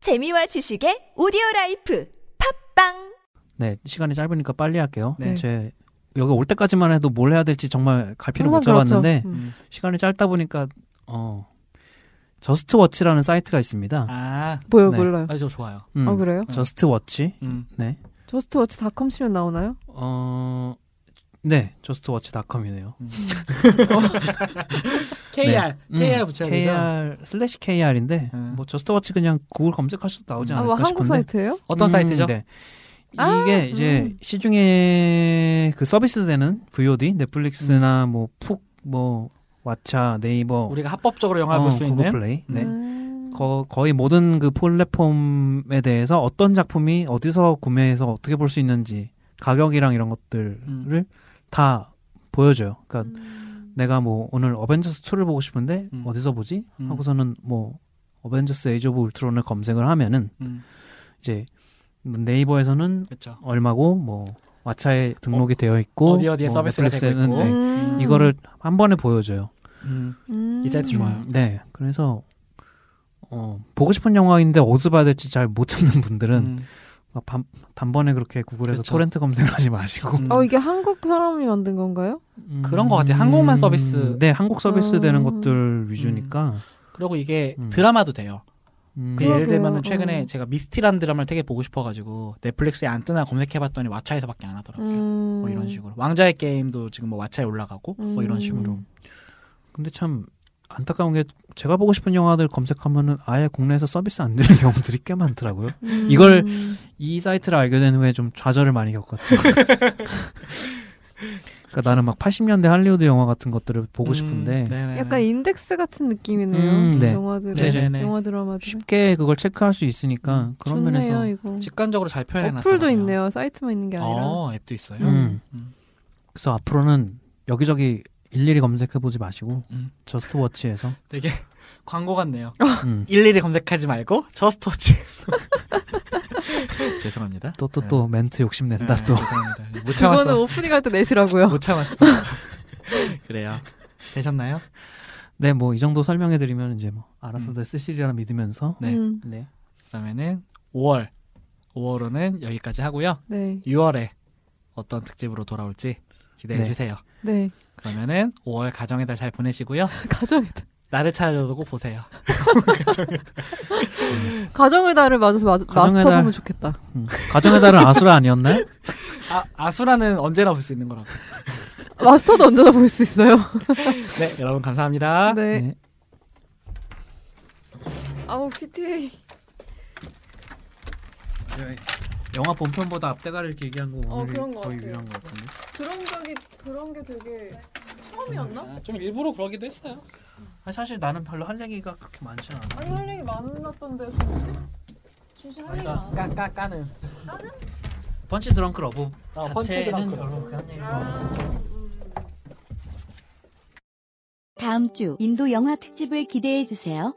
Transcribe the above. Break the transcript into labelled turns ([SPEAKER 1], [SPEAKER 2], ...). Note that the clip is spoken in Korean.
[SPEAKER 1] 재미와 지식의 오디오 라이프 팝빵
[SPEAKER 2] 네 시간이 짧으니까 빨리 할게요.
[SPEAKER 3] 네.
[SPEAKER 2] 제 여기 올 때까지만 해도 뭘 해야 될지 정말 갈피를 못
[SPEAKER 4] 항상 그렇죠.
[SPEAKER 2] 잡았는데
[SPEAKER 4] 음.
[SPEAKER 3] 음.
[SPEAKER 2] 시간이 짧다 보니까 어 저스트 워치라는 사이트가 있습니다.
[SPEAKER 3] 아,
[SPEAKER 4] 뭐요
[SPEAKER 2] 네.
[SPEAKER 4] 몰라요.
[SPEAKER 3] 아저 좋아요.
[SPEAKER 2] 음,
[SPEAKER 4] 아 그래요?
[SPEAKER 2] 저스트 워치
[SPEAKER 3] 음.
[SPEAKER 2] 네
[SPEAKER 4] 저스트워치닷컴 치면 나오나요?
[SPEAKER 2] 어. 네, 저스트워치닷컴이네요.
[SPEAKER 3] KR,
[SPEAKER 2] 음,
[SPEAKER 3] KR 붙여야 되죠.
[SPEAKER 2] KR 슬래시 KR인데
[SPEAKER 3] 음.
[SPEAKER 2] 뭐 저스트워치 그냥 구글 검색하셔도 나오지
[SPEAKER 3] 음.
[SPEAKER 4] 아
[SPEAKER 2] 않을까
[SPEAKER 4] 뭐 한국
[SPEAKER 2] 싶은데.
[SPEAKER 4] 사이트예요?
[SPEAKER 3] 어떤
[SPEAKER 2] 음,
[SPEAKER 3] 사이트죠?
[SPEAKER 2] 네.
[SPEAKER 4] 아,
[SPEAKER 2] 이게 이제
[SPEAKER 4] 음.
[SPEAKER 2] 시중에 그 서비스되는 VOD, 넷플릭스나 뭐 푹, 뭐 왓챠, 네이버,
[SPEAKER 3] 음. 우리가 합법적으로 영화 를 볼 수
[SPEAKER 2] 어, 구글
[SPEAKER 3] 있는
[SPEAKER 2] 플레이. 네.
[SPEAKER 4] 음.
[SPEAKER 2] 거, 거의 모든 그 플랫폼에 대해서 어떤 작품이 어디서 구매해서 어떻게 볼 수 있는지 가격이랑 이런 것들을
[SPEAKER 3] 음.
[SPEAKER 2] 다 보여줘요. 그러니까
[SPEAKER 4] 음.
[SPEAKER 2] 내가 뭐 오늘 어벤져스 2를 보고 싶은데
[SPEAKER 3] 음.
[SPEAKER 2] 어디서 보지?
[SPEAKER 3] 음.
[SPEAKER 2] 하고서는 뭐 어벤져스 에이즈 오브 울트론을 검색을 하면은
[SPEAKER 3] 음,
[SPEAKER 2] 이제 뭐 네이버에서는
[SPEAKER 3] 그렇죠.
[SPEAKER 2] 얼마고 뭐 왓챠에 등록이 되어 있고
[SPEAKER 3] 어디 어디에
[SPEAKER 2] 뭐
[SPEAKER 3] 서비스가 되고
[SPEAKER 2] 넷플릭스는
[SPEAKER 3] 있고.
[SPEAKER 2] 네,
[SPEAKER 4] 음.
[SPEAKER 2] 이거를 한 번에 보여줘요.
[SPEAKER 3] 음.
[SPEAKER 4] 음.
[SPEAKER 3] 이 사이트 좋아요.
[SPEAKER 2] 네, 그래서 어, 보고 싶은 영화인데 어디서 봐야 될지 잘 못 찾는 분들은
[SPEAKER 3] 음. 그렇죠.
[SPEAKER 2] 막 반, 단번에 그렇게 구글에서
[SPEAKER 3] 그쵸.
[SPEAKER 2] 토렌트 검색을 하지 마시고
[SPEAKER 3] 음.
[SPEAKER 4] 어 이게 한국 사람이 만든 건가요?
[SPEAKER 3] 그런 것 같아요. 한국만 서비스.
[SPEAKER 2] 네, 한국 서비스
[SPEAKER 4] 음.
[SPEAKER 2] 되는 것들 위주니까.
[SPEAKER 3] 그리고 이게
[SPEAKER 2] 음.
[SPEAKER 3] 드라마도 돼요.
[SPEAKER 2] 음.
[SPEAKER 3] 그 예를 들면
[SPEAKER 4] 그러게요.
[SPEAKER 3] 최근에
[SPEAKER 4] 음.
[SPEAKER 3] 제가 미스티라는 드라마를 되게 보고 싶어가지고 넷플릭스에 안 뜨나 검색해봤더니 왓챠에서밖에 안 하더라고요.
[SPEAKER 4] 음.
[SPEAKER 3] 뭐 이런 식으로 왕자의 게임도 지금 뭐 왓챠에 올라가고 뭐 이런
[SPEAKER 4] 음.
[SPEAKER 3] 식으로.
[SPEAKER 2] 음. 근데 참 안타까운 게 제가 보고 싶은 영화들 검색하면은 아예 국내에서 서비스 안 되는 경우들이 꽤 많더라고요.
[SPEAKER 4] 음.
[SPEAKER 2] 이걸- 이 사이트를 알게 된 후에 좀 좌절을 많이 겪었어요. 그러니까 나는 막 80년대 할리우드 영화 같은 것들을 보고 싶은데
[SPEAKER 3] 음, 네네네.
[SPEAKER 4] 약간 인덱스 같은 느낌이네요.
[SPEAKER 2] 음, 네.
[SPEAKER 4] 영화들,
[SPEAKER 3] 네네네.
[SPEAKER 4] 영화 드라마들.
[SPEAKER 2] 쉽게 그걸 체크할 수 있으니까 그런
[SPEAKER 4] 좋네요,
[SPEAKER 2] 면에서
[SPEAKER 4] 이거.
[SPEAKER 3] 직관적으로 잘 표현해놨다.
[SPEAKER 4] 어플도 있네요. 사이트만 있는 게 아니라.
[SPEAKER 3] 어, 앱도 있어요.
[SPEAKER 2] 음.
[SPEAKER 3] 음.
[SPEAKER 2] 그래서 앞으로는 여기저기 일일이 검색해 보지 마시고
[SPEAKER 3] 음.
[SPEAKER 2] 저스트워치에서
[SPEAKER 3] 되게 광고 같네요.
[SPEAKER 2] 음.
[SPEAKER 3] 일일이 검색하지 말고 저스터치. 죄송합니다.
[SPEAKER 2] 또 또 또 멘트 욕심 낸다
[SPEAKER 3] 네,
[SPEAKER 2] 또.
[SPEAKER 3] 죄송합니다. 못
[SPEAKER 4] 그거는
[SPEAKER 3] 참았어.
[SPEAKER 4] 오프닝 할 때 내시라고요.
[SPEAKER 3] 못 참았어. 그래요. 되셨나요?
[SPEAKER 2] 네, 뭐 이 정도 설명해 드리면 이제 뭐 알아서들 쓰시리라 믿으면서
[SPEAKER 3] 네.
[SPEAKER 4] 음,
[SPEAKER 2] 네.
[SPEAKER 3] 그다음에는 5월 5월호는 여기까지 하고요.
[SPEAKER 4] 네.
[SPEAKER 3] 6월에 어떤 특집으로 돌아올지 기대해
[SPEAKER 2] 네.
[SPEAKER 3] 주세요.
[SPEAKER 4] 네.
[SPEAKER 3] 그러면은 5월 가정의 달 잘 보내시고요.
[SPEAKER 4] 가정이다.
[SPEAKER 3] 나를 찾아줘도 꼭 보세요.
[SPEAKER 4] 가정의 달을 맞아서 마,
[SPEAKER 2] 가정의
[SPEAKER 4] 마스터
[SPEAKER 2] 달.
[SPEAKER 4] 보면 좋겠다.
[SPEAKER 2] 음. 가정의 달은 아수라 아니었나요?
[SPEAKER 3] 아, 아수라는 언제나 볼 수 있는 거라고.
[SPEAKER 4] 마스터도 언제나 볼 수 있어요.
[SPEAKER 3] 네, 여러분 감사합니다.
[SPEAKER 4] 네.
[SPEAKER 2] 네.
[SPEAKER 4] 아우 PTA.
[SPEAKER 2] 영화 본편보다 앞대가를 길게 한 거
[SPEAKER 4] 어,
[SPEAKER 2] 오늘이
[SPEAKER 4] 그런 것
[SPEAKER 2] 거의
[SPEAKER 4] 같아요.
[SPEAKER 2] 유일한 것 같은데.
[SPEAKER 4] 그런 적이 그런 게 되게 처음이었나?
[SPEAKER 3] 좀 일부러 그러기도 했어요.
[SPEAKER 2] 아니, 사실 나는 별로 할 얘기가 그렇게 많지 않아.
[SPEAKER 4] 아니 할 얘기 많았던데 준씨? 준씨 할 얘기 많아.
[SPEAKER 3] 까, 까, 까는.
[SPEAKER 2] 펀치 드렁크 러브
[SPEAKER 3] 아, 펀치
[SPEAKER 2] 자체는
[SPEAKER 3] 드렁크. 아.
[SPEAKER 2] 별로 그렇게 할 얘기가
[SPEAKER 5] 다음 주 인도 영화 특집을 기대해 주세요.